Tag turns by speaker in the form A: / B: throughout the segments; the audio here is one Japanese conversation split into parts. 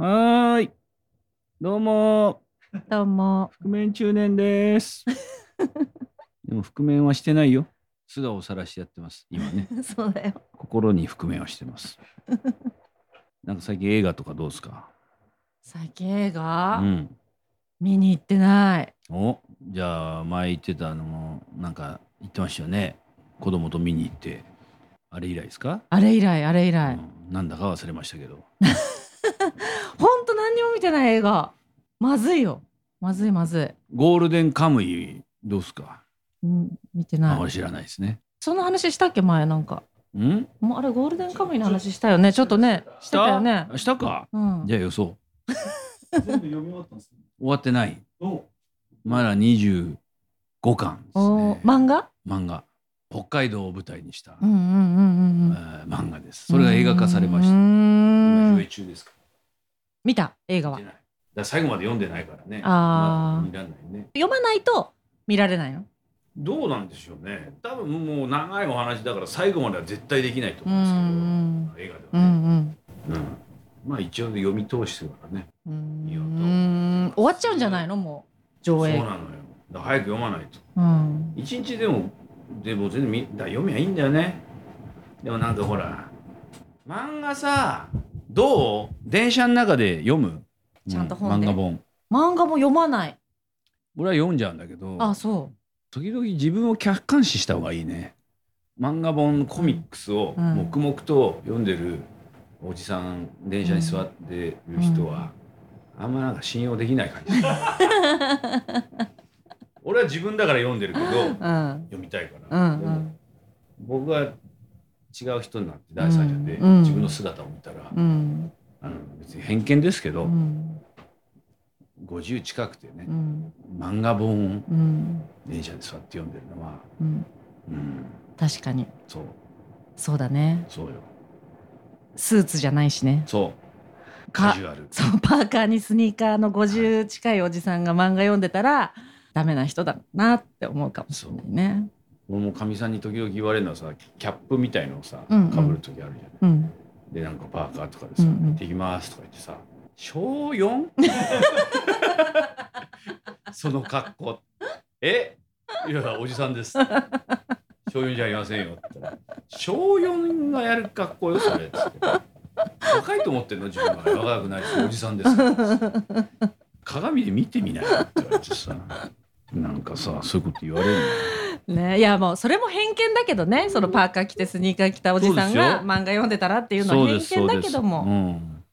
A: はーい。どうも、
B: どうも。
A: 覆面中年です。でも覆面はしてないよ。素顔をさらしてやってます。今ね、
B: そうだよ。
A: 心に覆面をしてます。なんか最近映画とかどうですか
B: 最近映
A: う
B: 画、
A: ん。
B: 見に行ってない。
A: おじゃあ前言ってたあのなんか言ってましたよね子供と見に行ってあれ以来ですか、
B: あれ以来、あれ以来。
A: うんなんだか忘れましたけど
B: ほんと何にも見てない映画。まずいよ。まずいまず
A: ゴールデンカムイどうっすか、
B: い。うん、見て
A: あ
B: な
A: これ
B: い。
A: 知らないですね
B: その話したっけ前なんか。
A: ん
B: もうあれゴールデンカムイの話したよね。ちょっとね、してたよね。
A: したか
B: うん。
A: じゃあ予想
C: 全部読み終わったんですね。
A: 終わってない
C: お
A: まだ25巻です、
B: お
A: ね
B: ー、漫画？
A: 漫画北海道を舞台にした、
B: うんうんうんうんう
A: えー
B: ん。
A: 漫画ですそれが映画化されまし
B: う
A: た今
B: ー
A: 上映
B: ん
A: 中ですか
B: 見た映画
A: ら
B: は
A: 見て。ないだから最後まで読んでないからねまだ
B: あー
A: 見られないね
B: 読まないと見られないの。
A: どうなんでしょうね多分もう長いお話だから最後までは絶対できないと
B: う
A: 思
B: ん
A: うん
B: う
A: ですけど、映
B: ん
A: 画
B: う
A: ではね、
B: ん
A: うんまあ一応読み通してからね
B: うん。う
A: いいよと
B: ん。終わっちゃうんじゃないのもう
A: そう
B: 上
A: なのよ。
B: 映
A: だから早く読まないと
B: うん。
A: 一日でもでも全然みだから読みゃいいんだよねでもなんかほら漫画さどう電車の中で読む
B: ちゃんと本で
A: う漫画本
B: 漫画も読まない。
A: 俺は読んじゃうんだけど
B: あ、そ
A: 時々自分を客観視した方がいいね漫画本コミックスを
B: うん
A: 黙々と読んでるおじさん電車に座ってる人は、あんまなんか信用できない感 じ俺は自分だから読んでるけど
B: う。うん。
A: 読みたいか
B: う
A: ら、
B: ん
A: で
B: う
A: も
B: ん。
A: 僕が違う人になって第三者で
B: うんうん
A: 自分の姿を見たら、
B: うん。
A: あの別に偏見ですけど、
B: うん。
A: 50近くてね
B: う、ん。
A: 漫画本を
B: うん。
A: 電車に座って読んでるのは、
B: うん。
A: うん、
B: 確かに。
A: そう
B: そうだね。
A: そうよ
B: スーツじゃないしね。
A: そう。
B: か
A: カジュアル。
B: そう、パーカーにスニーカーの50近いおじさんが漫画読んでたら、ダメな人だなって思うかもしれないね。
A: 俺もかみさんに時々言われるのはさ、キャップみたいのをさ、
B: うんうん
A: かぶる時あるじゃない。
B: うん。
A: で、なんかパーカーとかでさ、
B: うんうん
A: 行ってきますとか言ってさ、小 4? その格好。えいや、おじさんです。小4じゃありませんよって言ったら、小4がやる格好よ、それっつって。若いと思ってんの自分は若くないし、おじさんですから。鏡で見てみないって言われてさ、なんかさ、そういうこと言われるのよ。
B: ね、いやもうそれも偏見だけどねそのパーカー着てスニーカー着たおじさんが
A: そうですよ
B: 漫画読んでたらっていうの
A: そ
B: は
A: うで
B: 偏
A: す
B: 見だけど
A: そう
B: も
A: ですうん、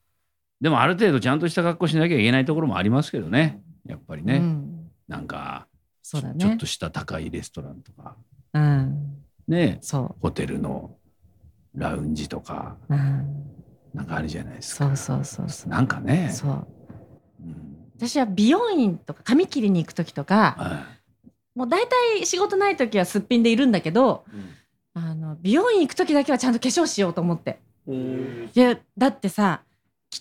A: でもある程度ちゃんとした格好しなきゃいけないところもありますけどねやっぱりね、
B: うん
A: なんか
B: そうだ
A: ちょっ
B: ね
A: とした高いレストランとか
B: うん
A: ね
B: そ
A: ホテルのラウンジとか
B: う、うん、
A: なんかあるじゃないですか
B: そうそうそうそう
A: なんかね
B: そう
A: うん
B: 私は美容院とか髪切りに行く時とか
A: は
B: もう大体仕事ない時はすっぴんでいるんだけど
A: い
B: あの美容院行く時だけはちゃんと化粧しようと思って
A: うん
B: いやだってさ汚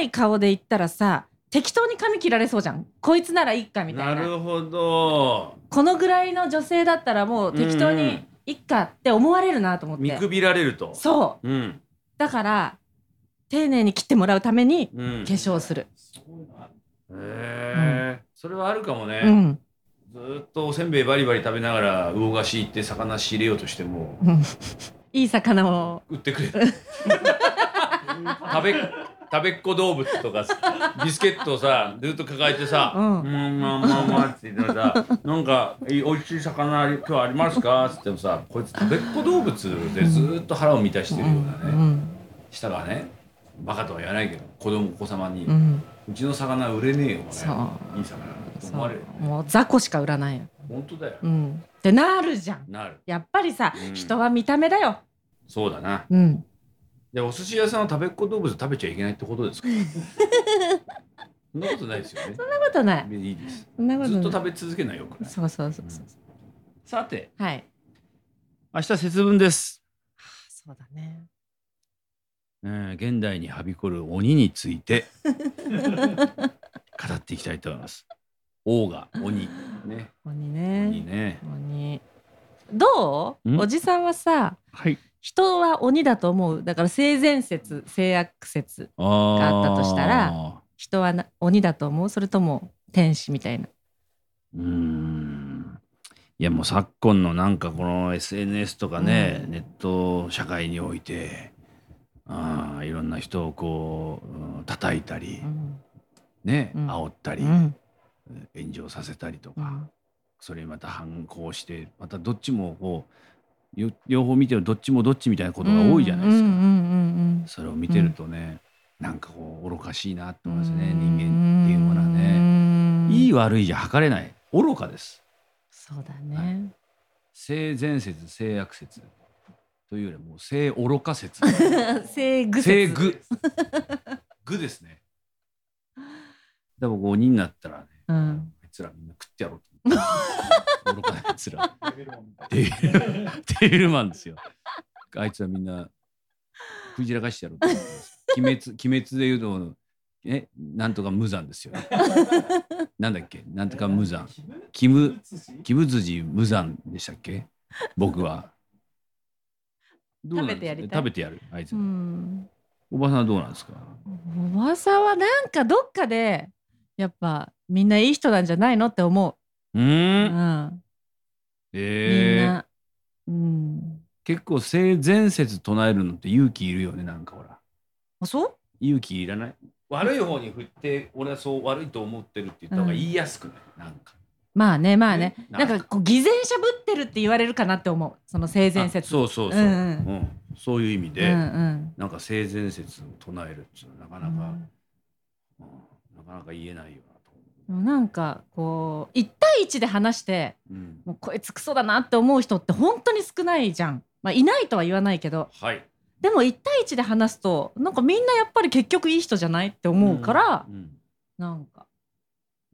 B: い顔で行ったらさ適当に髪切られそうじゃんこいつならいいかみた
A: ない
B: な
A: るほど
B: このぐらいの女性だったらもう適当にいっかって思われるなと思っ
A: 見
B: て
A: くびられると
B: そう
A: うん
B: だから丁寧に切ってもらうために
A: うん
B: 化粧する
C: そういうのある
A: へえそれはあるかもね、
B: うん
A: ずーっとおせんべいバリバリ食べながら魚河岸行って魚仕入れようとしても
B: うんいい魚を
A: 売ってくれ食べ食べっ子動物とかさビスケットをさずっと抱えてさ「
B: う
A: う
B: ん
A: んまあまあまあ」って言ってさ「なんかいいおいしい魚今日ありますか?」っつってもさこいつ食べっ子動物でずーっと腹を満たしてるようなね舌がねバカとは言わないけど子供お子様に
B: うん、
A: 「
B: うん、
A: うちの魚売れねえよお前
B: そう
A: いい魚」って
B: そう
A: 思われる
B: もう雑魚しか売らないよ、
A: 本当だよ
B: うん、ってなるじゃん
A: なる
B: やっぱりさ、
A: うん
B: 人は見た目だよ、
A: そうだな
B: うん、
A: でお寿司屋さんは食べっ子動物食べちゃいけないってことです かそんなことないですよね
B: そんなことない
A: いいです。
B: そんなこと
A: ず
B: な
A: っ
B: い
A: と食べ続けないよくない。
B: そうそうそうそう、
A: さて、
B: はい
A: 明日節分です。
B: そうだね
A: うん、現代にはびこる鬼につい て語っていきたいと思います。王が鬼ね、
B: 鬼
A: 鬼
B: ね
A: ね。
B: 鬼ど
A: ん
B: うおじさんはさ
A: はい。
B: 人は鬼だと思うだから性善説性悪説
A: あー
B: があったとしたら
A: は
B: 人はな鬼だと思うそれとも天使みたいな
A: うーんいやもう昨今のなんかこの SNS とかね、
B: うん
A: ネット社会においてあーいろんな人をこううん叩いたり
B: う、ん
A: ね
B: うん
A: 煽ったり、
B: うん
A: 炎上させたりと
B: う
A: か、
B: ん
A: それにまた反抗してまたどっちもこうよ両方見てるどっちもどっちみたいなことが多いじゃないですか、
B: うんうんうん
A: それを見てるとね、なんかこう愚かしいなって
B: うん
A: 思いますね人間っていうものはね、
B: ね
A: いい
B: わ
A: 悪いじゃ測れない愚かです
B: そうだ
A: は
B: ね
A: 性善説性悪説というよりも性愚か 説
B: 性具
A: 性
B: 説
A: 愚愚ですねでもこう鬼になったらね、
B: うん
A: あいつらみんな食ってやろうと思って愚かなやつら
C: レベルも
A: デビルデビルマンですよあいつらみんな食い散らかしてやろうと思ってます鬼滅鬼滅でいうとえなんとか無惨ですよなんだっけなんとか無惨キムキム辻無惨でしたっけ僕は。どうなんです
B: 食べてやりたい
A: 食べてやる、あいつ。
B: うん
A: おばさんはどうなんですか。
B: おばさんはなんかどっかでやっぱみんないい人なんじゃないのって思
A: うー。
B: う、うんん、みん
A: ええ
B: な、うん、
A: 結構性善説唱えるのって勇気いるよね、なんかほら。
B: あそう
A: 勇気いらない。悪い方に振って、俺はそう悪いと思ってるって言った方が言いやすくない、なんか。
B: まあねまあね
A: ね
B: なんかこう偽善者ぶってるって言われるかなって思うその性善
A: あ
B: 説
A: そうそうそう、う
B: うんん
A: そういう意味
B: うん
A: で、
B: うん
A: なんか性善説を唱えるっていうのはなかなか、
B: うん
A: うんなかなか言えないよなと思
B: でもなんかこう1対1で話して
A: う。うん。
B: もうこいつクソだなって思う人って本当に少ないじゃん、まあ、いないとは言わないけど
A: はい。
B: でも1対1で話すとなんかみんなやっぱり結局いい人じゃないって思うから、
A: うん。
B: なんか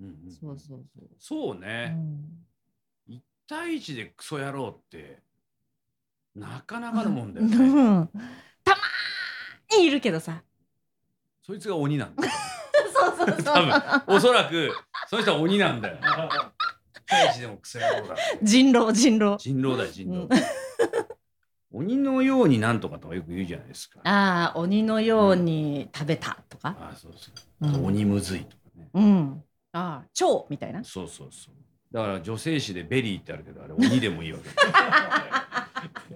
A: うんうんうん
B: そうそうそう、
A: そう
B: う
A: ね、
B: ん
A: 一対一でクソ野郎ってなかなかのもんだよ
B: う
A: ね
B: ん たまーにいるけど さ
A: そいつが鬼なんだよ
B: そうそうそう
A: 多分おそらくその人は鬼なんだよ一対一でもクソ野郎だ
B: 人狼人狼
A: 人狼だよ人狼、
B: うん
A: 鬼のようになんとかとかよく言うじゃないですかあ
B: ああ鬼のように食べたとか、
A: あそうそう、
B: うん
A: 鬼むずいとかね
B: うん。ああ、蝶みたいな。
A: そうそうそうだから女性誌でベリーってあるけどあれ鬼でもいいわけ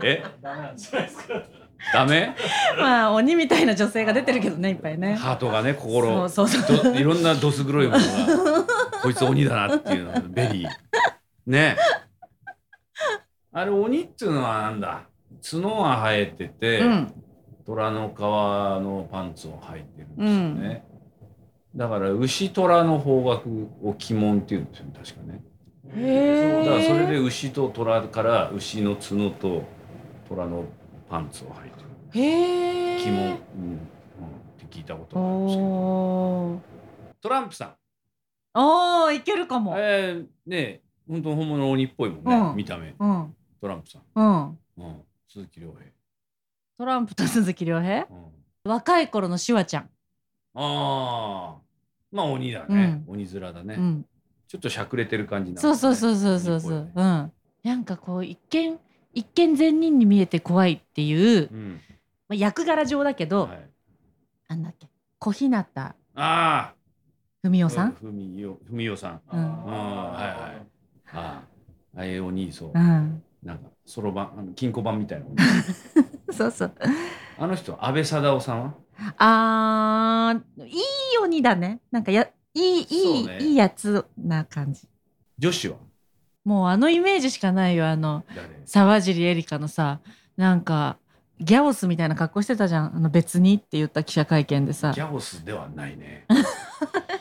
A: え
C: ダメなんじゃないですか。
A: ダメ
B: まあ鬼みたいな女性が出てるけどね、いっぱいね。
A: ハートがね心を
B: そうそうそう。
A: どいろんなどす黒いものがこいつ鬼だなっていうのベリーねえあれ鬼っていうのはなんだ角が生えてて、
B: うん。
A: 虎の皮のパンツを履いてるんですよね、だから牛虎の方角を鬼門っていうんですよね確かねだ
B: へー
A: からそれで牛と虎から牛の角と虎のパンツを履いてる
B: へえ。
A: 鬼門、うんうん、って聞いたこと
B: お
A: があるんですけど
B: おー。
A: トランプさん
B: おーいけるかも。
A: えー、ねえ本当本物の鬼っぽいもんね、
B: うん
A: 見た目
B: うん。
A: トランプさん、
B: うん。
A: うん、鈴木亮
B: トランプと鈴木亮
A: 平、
B: 平。
A: うん、
B: 若い頃のシュワちゃん。
A: ああまあ鬼だね、鬼面だね、
B: うん。
A: ちょっとしゃくれてる感じな
B: そうそう
A: う
B: そうそうそうそ
A: 鬼っ
B: う
A: ぽ。
B: うん。なんかこう一見一見善人に見えて怖いっていう、
A: うん
B: まあ、役柄上だけど、
A: はい、
B: なんだっけ小日向
A: ああ
B: 文夫さん。
A: ふみよふみよさん
B: う
A: は
B: ん
A: いはいああああいう鬼そう、
B: うん。
A: なんかそろばんあの金庫番みたい な鬼
B: そうそう。
A: あの人安倍貞夫さんは
B: あーいい鬼だねなんかやいいい
A: そう
B: い,、
A: ね
B: いいやつな感じ
A: 女子は
B: もうあのイメージしかないよあの
A: 誰
B: 沢尻エリカのさなんかギャオスみたいな格好してたじゃんあの別にって言った記者会見でさ
A: ギャオスではない ね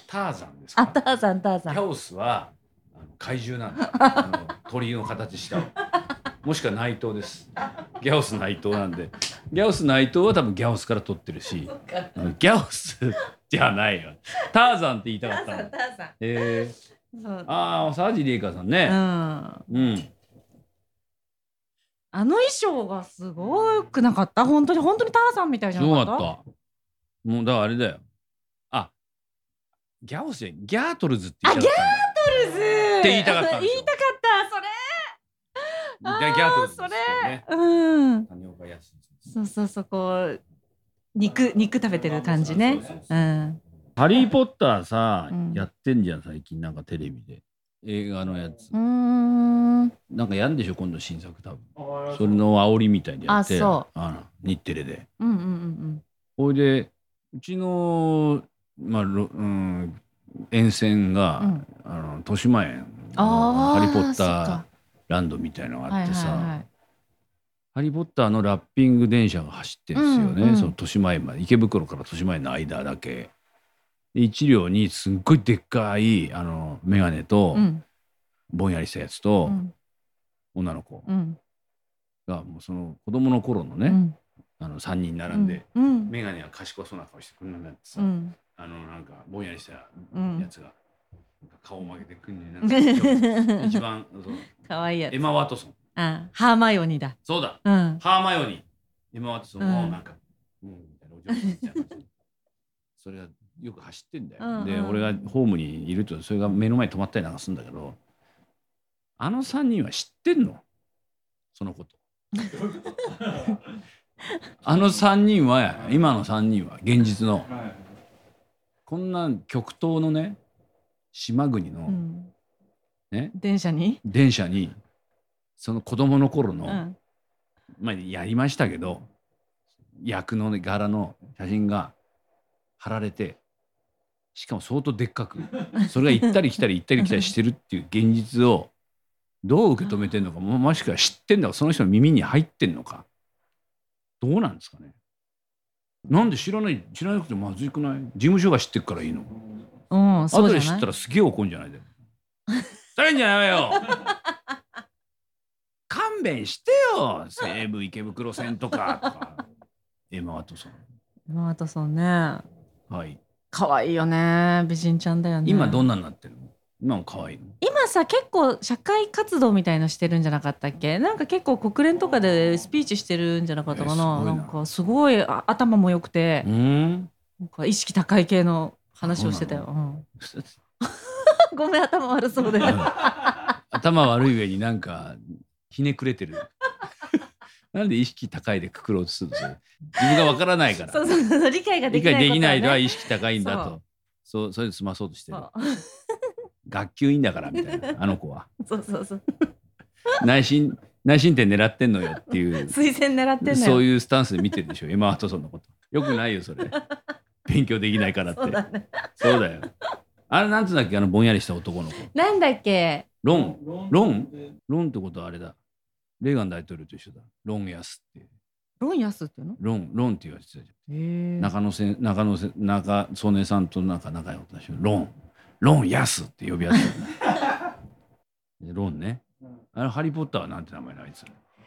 A: ターザンですか
B: あターザンターザ
A: ギャ
B: ン
A: オスはあの怪獣なんです あの鳥の形したもしくは内藤ですギャオス内藤なんでギャオス内藤は多分ギャオスから取ってるしあのギャオスじゃないよターザンって言いたかったの
B: ーザ
A: え
B: ンそう
A: ー、ああ沢尻エリカさん
B: うん
A: ね
B: あ
A: うん、
B: の衣装がすごくなかった本当に本当にターザンみたいじ
A: す
B: ゃなか
A: ご
B: っ
A: か
B: た
A: ったもうだからあれだよあギャオスじゃないギャートルズって言いたかったんだ
B: そうです
A: って言いたかったんですよ
B: 言いたかったそれあー
A: ギャギャートルズ
B: それ
A: ですよね
B: うん
A: 谷岡康
B: そうそうそうこう肉肉食べてる感じね。
A: そうそう
B: う。
A: そうんハリー・ポッターさ、
B: うん
A: やってんじゃん、最近、なんかテレビで。映画のやつ。
B: うーん
A: なんかやんでしょ、今度新作多分。
C: あ
A: それの煽りみたいでやって。。
B: あそう
A: あの日テレで。
B: うんうんうん
A: ほいで、うちの、まあ、ろうん、沿線が、
B: うんうん
A: あの、豊島園の
B: あー
A: ハリー・ポッタ
B: そっ
A: ー
B: か
A: ランドみたいのが
B: は
A: あっ
B: い
A: てさ、
B: はいはい
A: ハリー・ポッターのラッピング電車が走ってるんですよね、
B: うんうん
A: その豊島園まで池袋から豊島園の間だけで一両にすっごいでっかいあの眼鏡と
B: うん
A: ぼんやりしたやつ
B: う
A: と
B: ん
A: 女の子
B: うん
A: がもうその子供の頃の
B: う
A: ね、
B: ん
A: あの3人並んで、
B: うん
D: メガネは賢そうな顔してくんなんだってさ、
B: うん
D: あのなんかぼんやりしたや
B: うん
D: つが、なんか顔を曲げてくんね
B: う
D: なんか
B: ん
D: 一番そう
B: かわいいやつ
D: エマ・ワトソン
B: あハーマイオニーだ
D: そうだ
B: うん
D: ハーマイオニーエマ・ワトソン
B: う
D: も
B: ん
D: なんか、うん、みたいなお嬢さんみたいな 感じそれがよく走ってんだよ、
B: うん
A: で
B: うん
A: 俺がホームにいるとそれが目の前に止まったりなんかするんだけどあの3人は知ってんのその こと。あの3人は今の3人は現実の
C: あ。はい。
A: こんな極東のね島国
B: う
A: の
B: ん
A: ね
B: 電車に
A: 電車にその子供の頃
B: う
A: の、
B: ん
A: まあ、やりましたけど役のね柄の写真が貼られてしかも相当でっかくそれが行ったり来たり行ったり来たりしてるっていう現実をどう受け止めてんのかももしくは知ってんのかその人の耳に入ってんのかどうなんですかねなんで知らない知らなくてまずいくない事務所が知ってるからいいの
B: うんそう
A: 後
B: じゃ
A: で
B: ない
A: 知ったらすげえ怒んじゃないで。それんじゃないわ よ。勘弁してよ。西武池袋線とかとか。エマワトソ
B: マートソンね
A: ン。はい。
B: 可愛いよね美人ちゃんだよね
A: 今どんなになってるの？今も可愛いの。
B: 今さ結構社会活動みたいのしてるんじゃなかったっけなんか結構国連とかでスピーチしてるんじゃなかったかな,、
A: えーすごい
B: な
A: なん
B: かすごいあ頭も良くて、
A: うん。
B: なんか意識高い系の話をしてたよ、うん、ごめん 頭悪そうで
A: 頭悪い上になんかひねくれてる。なんで意識高いでくくろうとするの？それ自分がわからないから。
B: そうそうそう理解がで
A: 理
B: き
A: 解
B: ないこと
A: できないでは
B: ね
A: 意識高いんだと。そう、それで済まそうとしてる。学級委員だからみたいな。あの子は。
B: そうそうそうそう
A: 内心内心点狙ってんのよって いう
B: 推薦狙ってんのよ
A: そういうスタンスで見てるでしょエマ・ワトソンのことよくないよ それ勉強できないからって
B: そうだね
A: そうだよあれなんつうんだっけあのぼんやりした男の子
B: なんだっけ
A: ロン
C: ロ
A: ロンロンってことはあれだレーガン大統領と一緒だロンヤスっていう
B: ロンヤスっていうの
A: ロンロンって言われてたじ
B: へ
A: ゃ
B: え
A: ん中野せ中野せ中曽根さんとなんか仲良かったでしょロンロンヤスって呼び合ってたよロンねあれハリー・ポッターはなんて名前のあいつ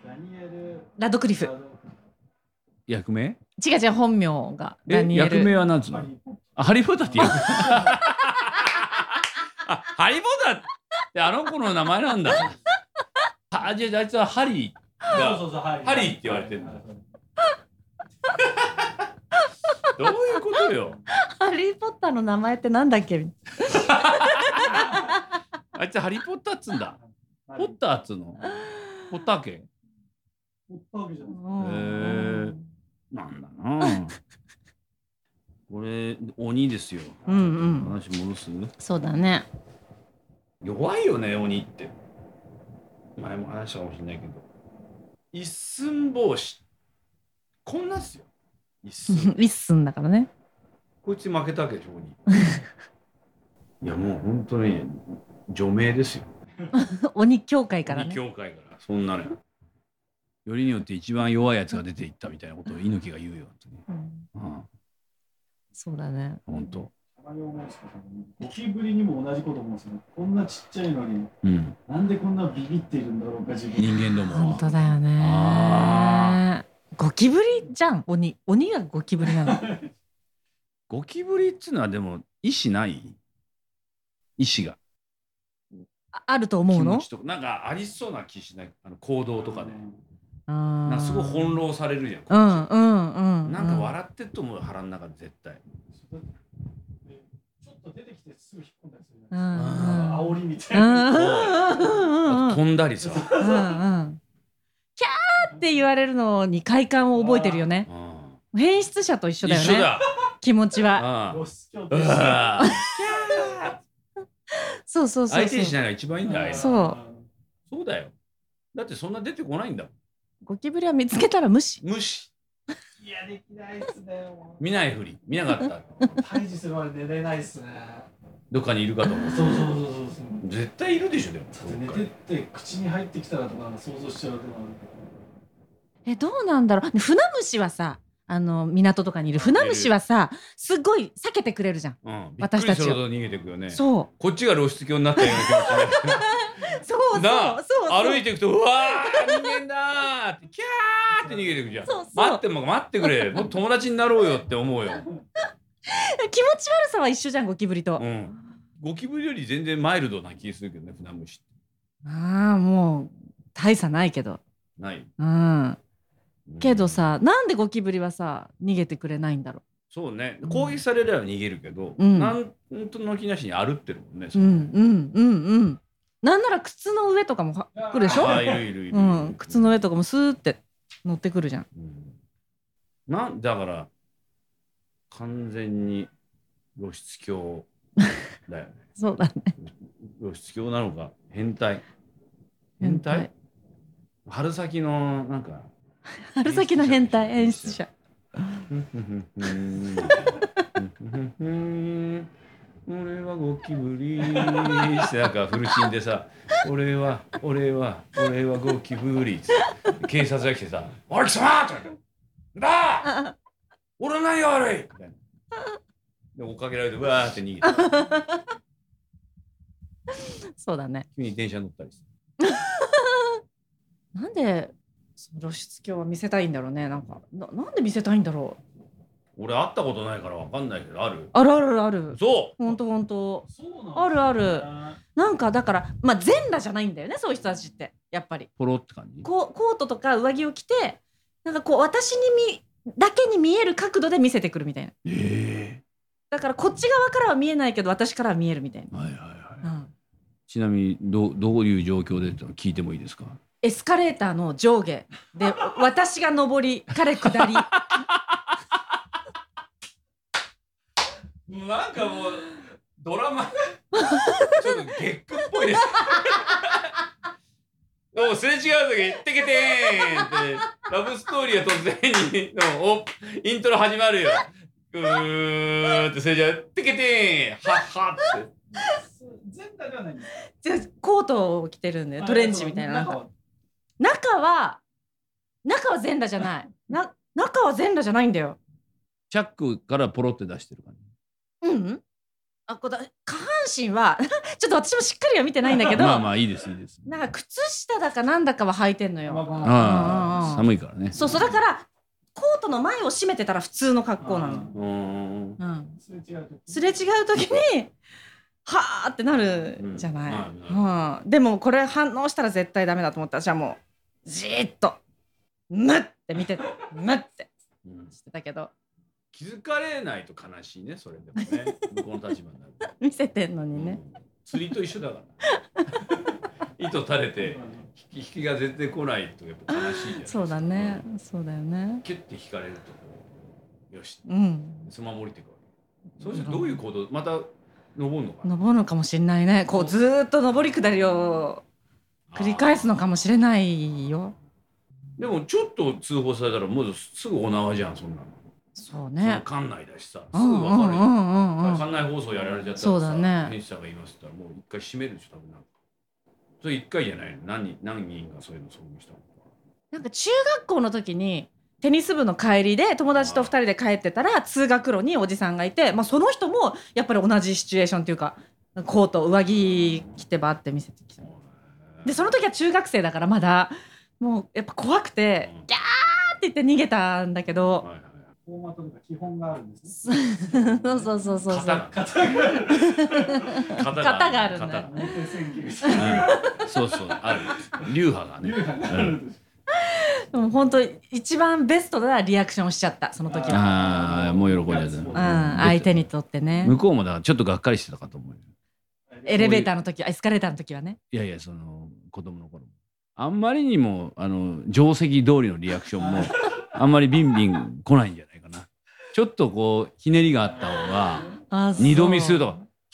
C: ダニエル。
B: ラドクリフ
A: 役名
B: 違う違う本名がダ
A: え
B: ニエ
A: 役名
B: ル
A: はなんつうのあハリー・ポッターって役あハリー・ポッターってあの子の名前なんだ あじゃああいつはハリー
C: そう
A: が
C: そうそう、ハリー。
A: ハリーって言われてんだ
C: はい
A: どういうことよ
B: ハリー・ポッターの名前ってなんだっけ
A: あいつハリー・ポッターっつうんだ
C: はい
A: ポッターっつうのポッター家
C: ポッターわけじゃない。
B: うん
A: へーなんだなこれ鬼ですよ
B: うんうん
A: 話戻す
B: そうだね
D: 弱いよね鬼って前も話したかもしれないけど一寸法師こんなっすよ一寸
B: リッスンだからね
D: こいつに負けたわけでしょ鬼いやもう本当に除名ですよ
B: 鬼教会から
D: 鬼
B: ね
D: 教会からそんなの
A: よりによって一番弱いやつが出ていったみたいなことを猪木が言うよ、
B: うん
A: うん、
B: そうだね
A: 本当
C: たまに思うんですけど、ゴキブリにも同じこと思うんですよね。こんなちっちゃいのに、
A: うん
C: なんでこんなビビっているんだろうか、自分。
A: 人間ども
B: 本
A: は
B: 当だよね
A: あ
B: ゴキブリじゃん鬼鬼がゴキブリなの
A: ゴキブリっつうのはでも意志ない意志が
B: ああると思
D: 気持
B: うの
D: ちとかなんかありそうな気しないあの行動とかね
B: あ
D: なん
B: ー
D: かすごい翻弄されるじゃん、こっち
B: うんうんうんう
D: なんか笑ってると思う腹の中で絶対
C: でちょっと出てきてすぐ引っ込んだりするじ
B: う
C: ゃない
B: ん
C: ですか。あ
B: うんうん
C: 煽りみたいな。
B: うんうんう
D: あ
B: ん
D: と飛んだりさ、
B: うんうんキャーって言われるのに快感を覚えてるよね
D: うん
B: 変質者と一緒だ
D: 一
B: よね
D: 緒だ
B: 気持ちは
A: あ
C: 露出狂っ
A: あ
C: て
A: う
C: る
A: わあ
B: そうそうそう
A: 相手にし
B: そ
A: な
B: う
A: いのが一番いいんだよああいうの
B: そう
A: そうだよだってそんな出てこないんだもん
B: ゴキブリは見つけたら無視
A: 無視
C: いやできないっすねも
A: 見ないふり見なかった
C: う退治するまで寝れないっすね
A: どっかにいるかと思う
C: そうそうそうそうそう
A: 絶対いるでしょでも
C: だって寝てって口に入ってきたらとかなんか想像しちゃうとか
B: えどうなんだろう船虫はさあの港とかにいる船虫はさすごい避けてくれるじゃん、
A: うん、びっくり
B: 私たちを
A: するほど逃げてくよね
B: そう
A: こっちが露出狂になったような気持ちになる
B: そうそう
A: な
B: そ
A: あ
B: うそう
A: 歩いていくと「うわー人間だ!」ってキャーって逃げていくじゃん
B: そうそう
A: 待っても待ってくれもっと友達になろうよって思うよ、
B: 気持ち悪さは一緒じゃんゴキブリと、
A: うん、ゴキブリより全然マイルドな気するけどね船虫って
B: ああもう大差ないけど
A: ない、
B: うん
A: うん
B: けどさ、なんでゴキブリはさ逃げてくれないんだろ
A: そうね攻撃されれば逃げるけど、
B: うん
A: なんとの気なしに歩ってるもんね、
B: ううんうんうんうんなんなら靴の上とかもは来るでしょ
A: あいるいるいる、
B: うん、靴の上とかもスーって乗ってくるじゃん。
A: うんなんだから完全に露出狂だ よね
B: そうだね。
A: 露出狂なのか変態変態春先のなんか
B: 春先の変態演出者。
A: 俺はゴキブリってなんか古チンでさ「俺は俺は俺はゴキブリ」って警察が来てさ「おい貴様!」とか言って「だ
B: あ
A: 俺の何が悪い!」みたいなで追っかけられてわーって逃げて
B: そうだね。
A: 急に電車乗ったりして
B: なんでその露出狂は見せたいんだろうね。なんかななんで見せたいんだろう。
A: 俺会ったことないから分かんないけどある
B: あるあるある。
A: そう
B: 本当本当。
C: そう
B: あるある
C: あ
B: なんかだからまあ全裸じゃないんだよね。そういう人たちってやっぱり
E: ポロって感じ
B: こうコートとか上着を着てなんかこう私に見だけに見える角度で見せてくるみたいな。
E: え
B: だからこっち側からは見えないけど私からは見えるみたい
E: えはいはいはい
B: な。うん
E: ちなみにどうどういう状況でっての聞いてもいいですか
B: エスカレーターの上下で 私が上り彼下り
A: なんかもうドラマ がちょっと月句っぽいね。もうすれ違う時「てけてーん!」ってラブストーリーが突然にのおイントロ始まるよ。うーってそれじゃう「てけてーん!」はっはって。
C: 全裸ではないんです
B: でコートを着てるんでトレンチみたいななん
C: 中
B: か
C: は
B: 中は中は全裸じゃないな中は全裸じゃないんだよ
E: チャックからポロって出してる感じ
B: うんうんあこだ下半身は ちょっと私もしっかりは見てないんだけど、
E: まあまあいいですいいです
B: なんか靴下だかなんだかは履いてんの
C: まあ
B: よ
C: ま
E: あ
B: うん
E: あ寒いからね
B: そうそうだからコートの前を閉めてたら普通の格好なの、
A: うーん。
B: うん、
C: すれ違う時
B: すれ違う時にはーってなるじゃない、
A: うん
B: うんでもこれ反応したら絶対ダメだと思った私はもうじーっとむって見てむって
A: うん
B: してたけど
A: 気づかれないと悲しいねそれでもね向こうの立場になると。
B: 見せてんのにね、
A: うん釣りと一緒だ から。糸垂れて引きが全然来ないとやっぱ悲しいじゃないですか
B: そうだね、そうだよね
A: キュッて引かれるとこうよし
B: うん
A: そのまま降りてくわけそうしたらどういう行動また登るのかな
B: 登るのかもしれないねこうずーっと上り下りを繰り返すのかもしれないよ
A: でもちょっと通報されたらもうすぐお縄じゃんそんなの
B: そう
A: その
B: ね
A: 館内だしさすぐ
B: うん
A: 分
B: うん
A: か
B: う
A: るよ
B: んうんうん
A: 館内放送やられちゃった
B: そう
A: ら
B: だ
A: さ、
B: ね
A: 編集者が言いますって言ったらもう一回閉めるでしょ多分なんかそれ一回じゃないの何人何人がそういうの遭遇したのか
B: なんか中学校の時にテニス部の帰りで友達と2人で帰ってたら通学路におじさんがいて、まあ、その人もやっぱり同じシチュエーションというかコート上着着てバーって見せてきたでその時は中学生だからまだもうやっぱ怖くて
A: うん
B: ギャーって言って逃げたんだけど
A: はいはい
C: フォーマットとか基本があるんです
B: そう
C: ね
B: そうそうそう
A: 型
B: そう
A: が
C: 肩が
A: 型
B: 型があるんだ
A: 型が
C: 内定宣言みたいな
E: うんそうそうある流派がね
C: 流派があるんです
B: でも本当一番ベストなリアクションをしちゃったその時は、
E: ああもう喜んじゃった
B: うん、
C: あー
B: 相手にとってね
E: 向こうもだからちょっとがっかりしてたかと思うよ
B: エレベーターの時はエスカレーターの時はね
E: いやいやその子供の頃もあんまりに もあの定石通りのリアクションもあんまりビンビン来ないんじゃないかな
A: ちょっとこうひねりがあった方が
B: あ
A: 二度見する
B: と
A: と「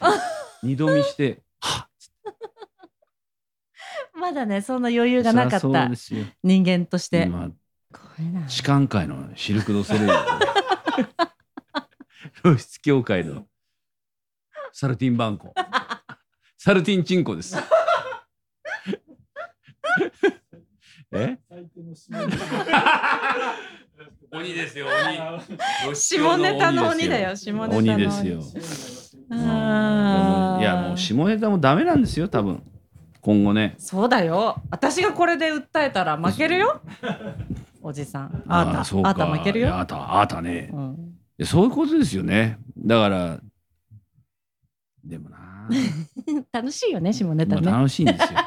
A: は二度見して「は
B: まだねそんな余裕がなかっ
A: そりゃそう
B: た
A: ですよ
B: 人間として
A: 今
B: これな
A: 士官会のシルク・ドゥ・ソレイユ露出協会のサルティンバンコサルティンチンコですえ
C: 最低の締めです
F: 鬼ですよ鬼。
C: あ
B: 下ネタの鬼だよ下ネタの鬼
A: 鬼ですよ
C: 締めになりますね
B: あー
A: いやもう下ネタもダメなんですよ多分今後ね
B: そうだよ私がこれで訴えたら負けるよおじさんあ
A: ー
B: ー
A: そう
B: た
A: か
B: あーた負ける
A: いや
B: よ、
A: あーたあーたね
B: うん、
A: でそういうことですよねだからでもな
B: 楽しいよね下ネタ
A: まあ
B: ね
A: 楽しいん ですよ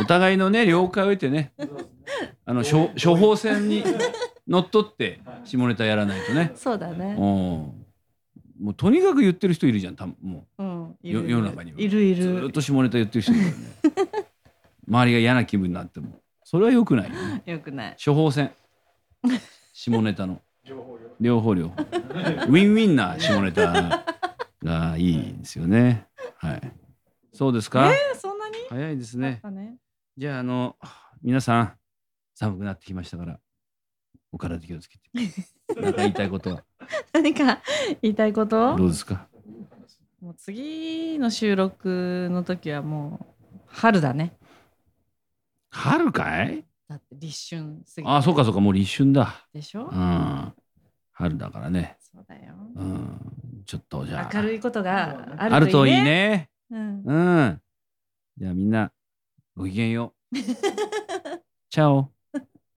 A: お互いのね了解を得てね
C: そうですね
A: あの処処方箋にのっとって下ネタやらないとね。
B: そうだ
A: うん
B: ね、
A: もうとにかく言ってる人いるじゃん。たも
B: うん、い
A: よ
B: るいる
A: 世の中にはい
B: るい
A: うずー
B: る
A: っと下ネタ言ってる人いるよね。 周りが嫌な気分になってもそれは良くないよね。
B: よくない
A: 処方箋下ネタの
C: 両方よ
A: 両方両方ウィンウィンな下ネタがいいですよね。はい。そうですか。
B: えそんなに
A: 早いです
B: あっ
A: ね。
B: たね
A: じゃああの皆さん寒くなってきましたからお体気をつけて。なんか言いたいこと は
B: 何か言いたいこ
A: ど
B: と
A: うですか。
B: もう次の収録の時はもう春だね
A: 春かい？
B: だって立春過ぎ
A: ああそうかそうかもう立春だ。
B: でしょ
A: うん。春だからね。
B: そうだよ
A: うん。ちょっとじゃあ
B: 明るいことが
A: あ
B: あ
A: る
B: ると
A: と
B: い
A: い
B: い
A: い
B: ね
A: ね。
B: うん
A: うん。じゃあみんなごきげんよう。チャオ。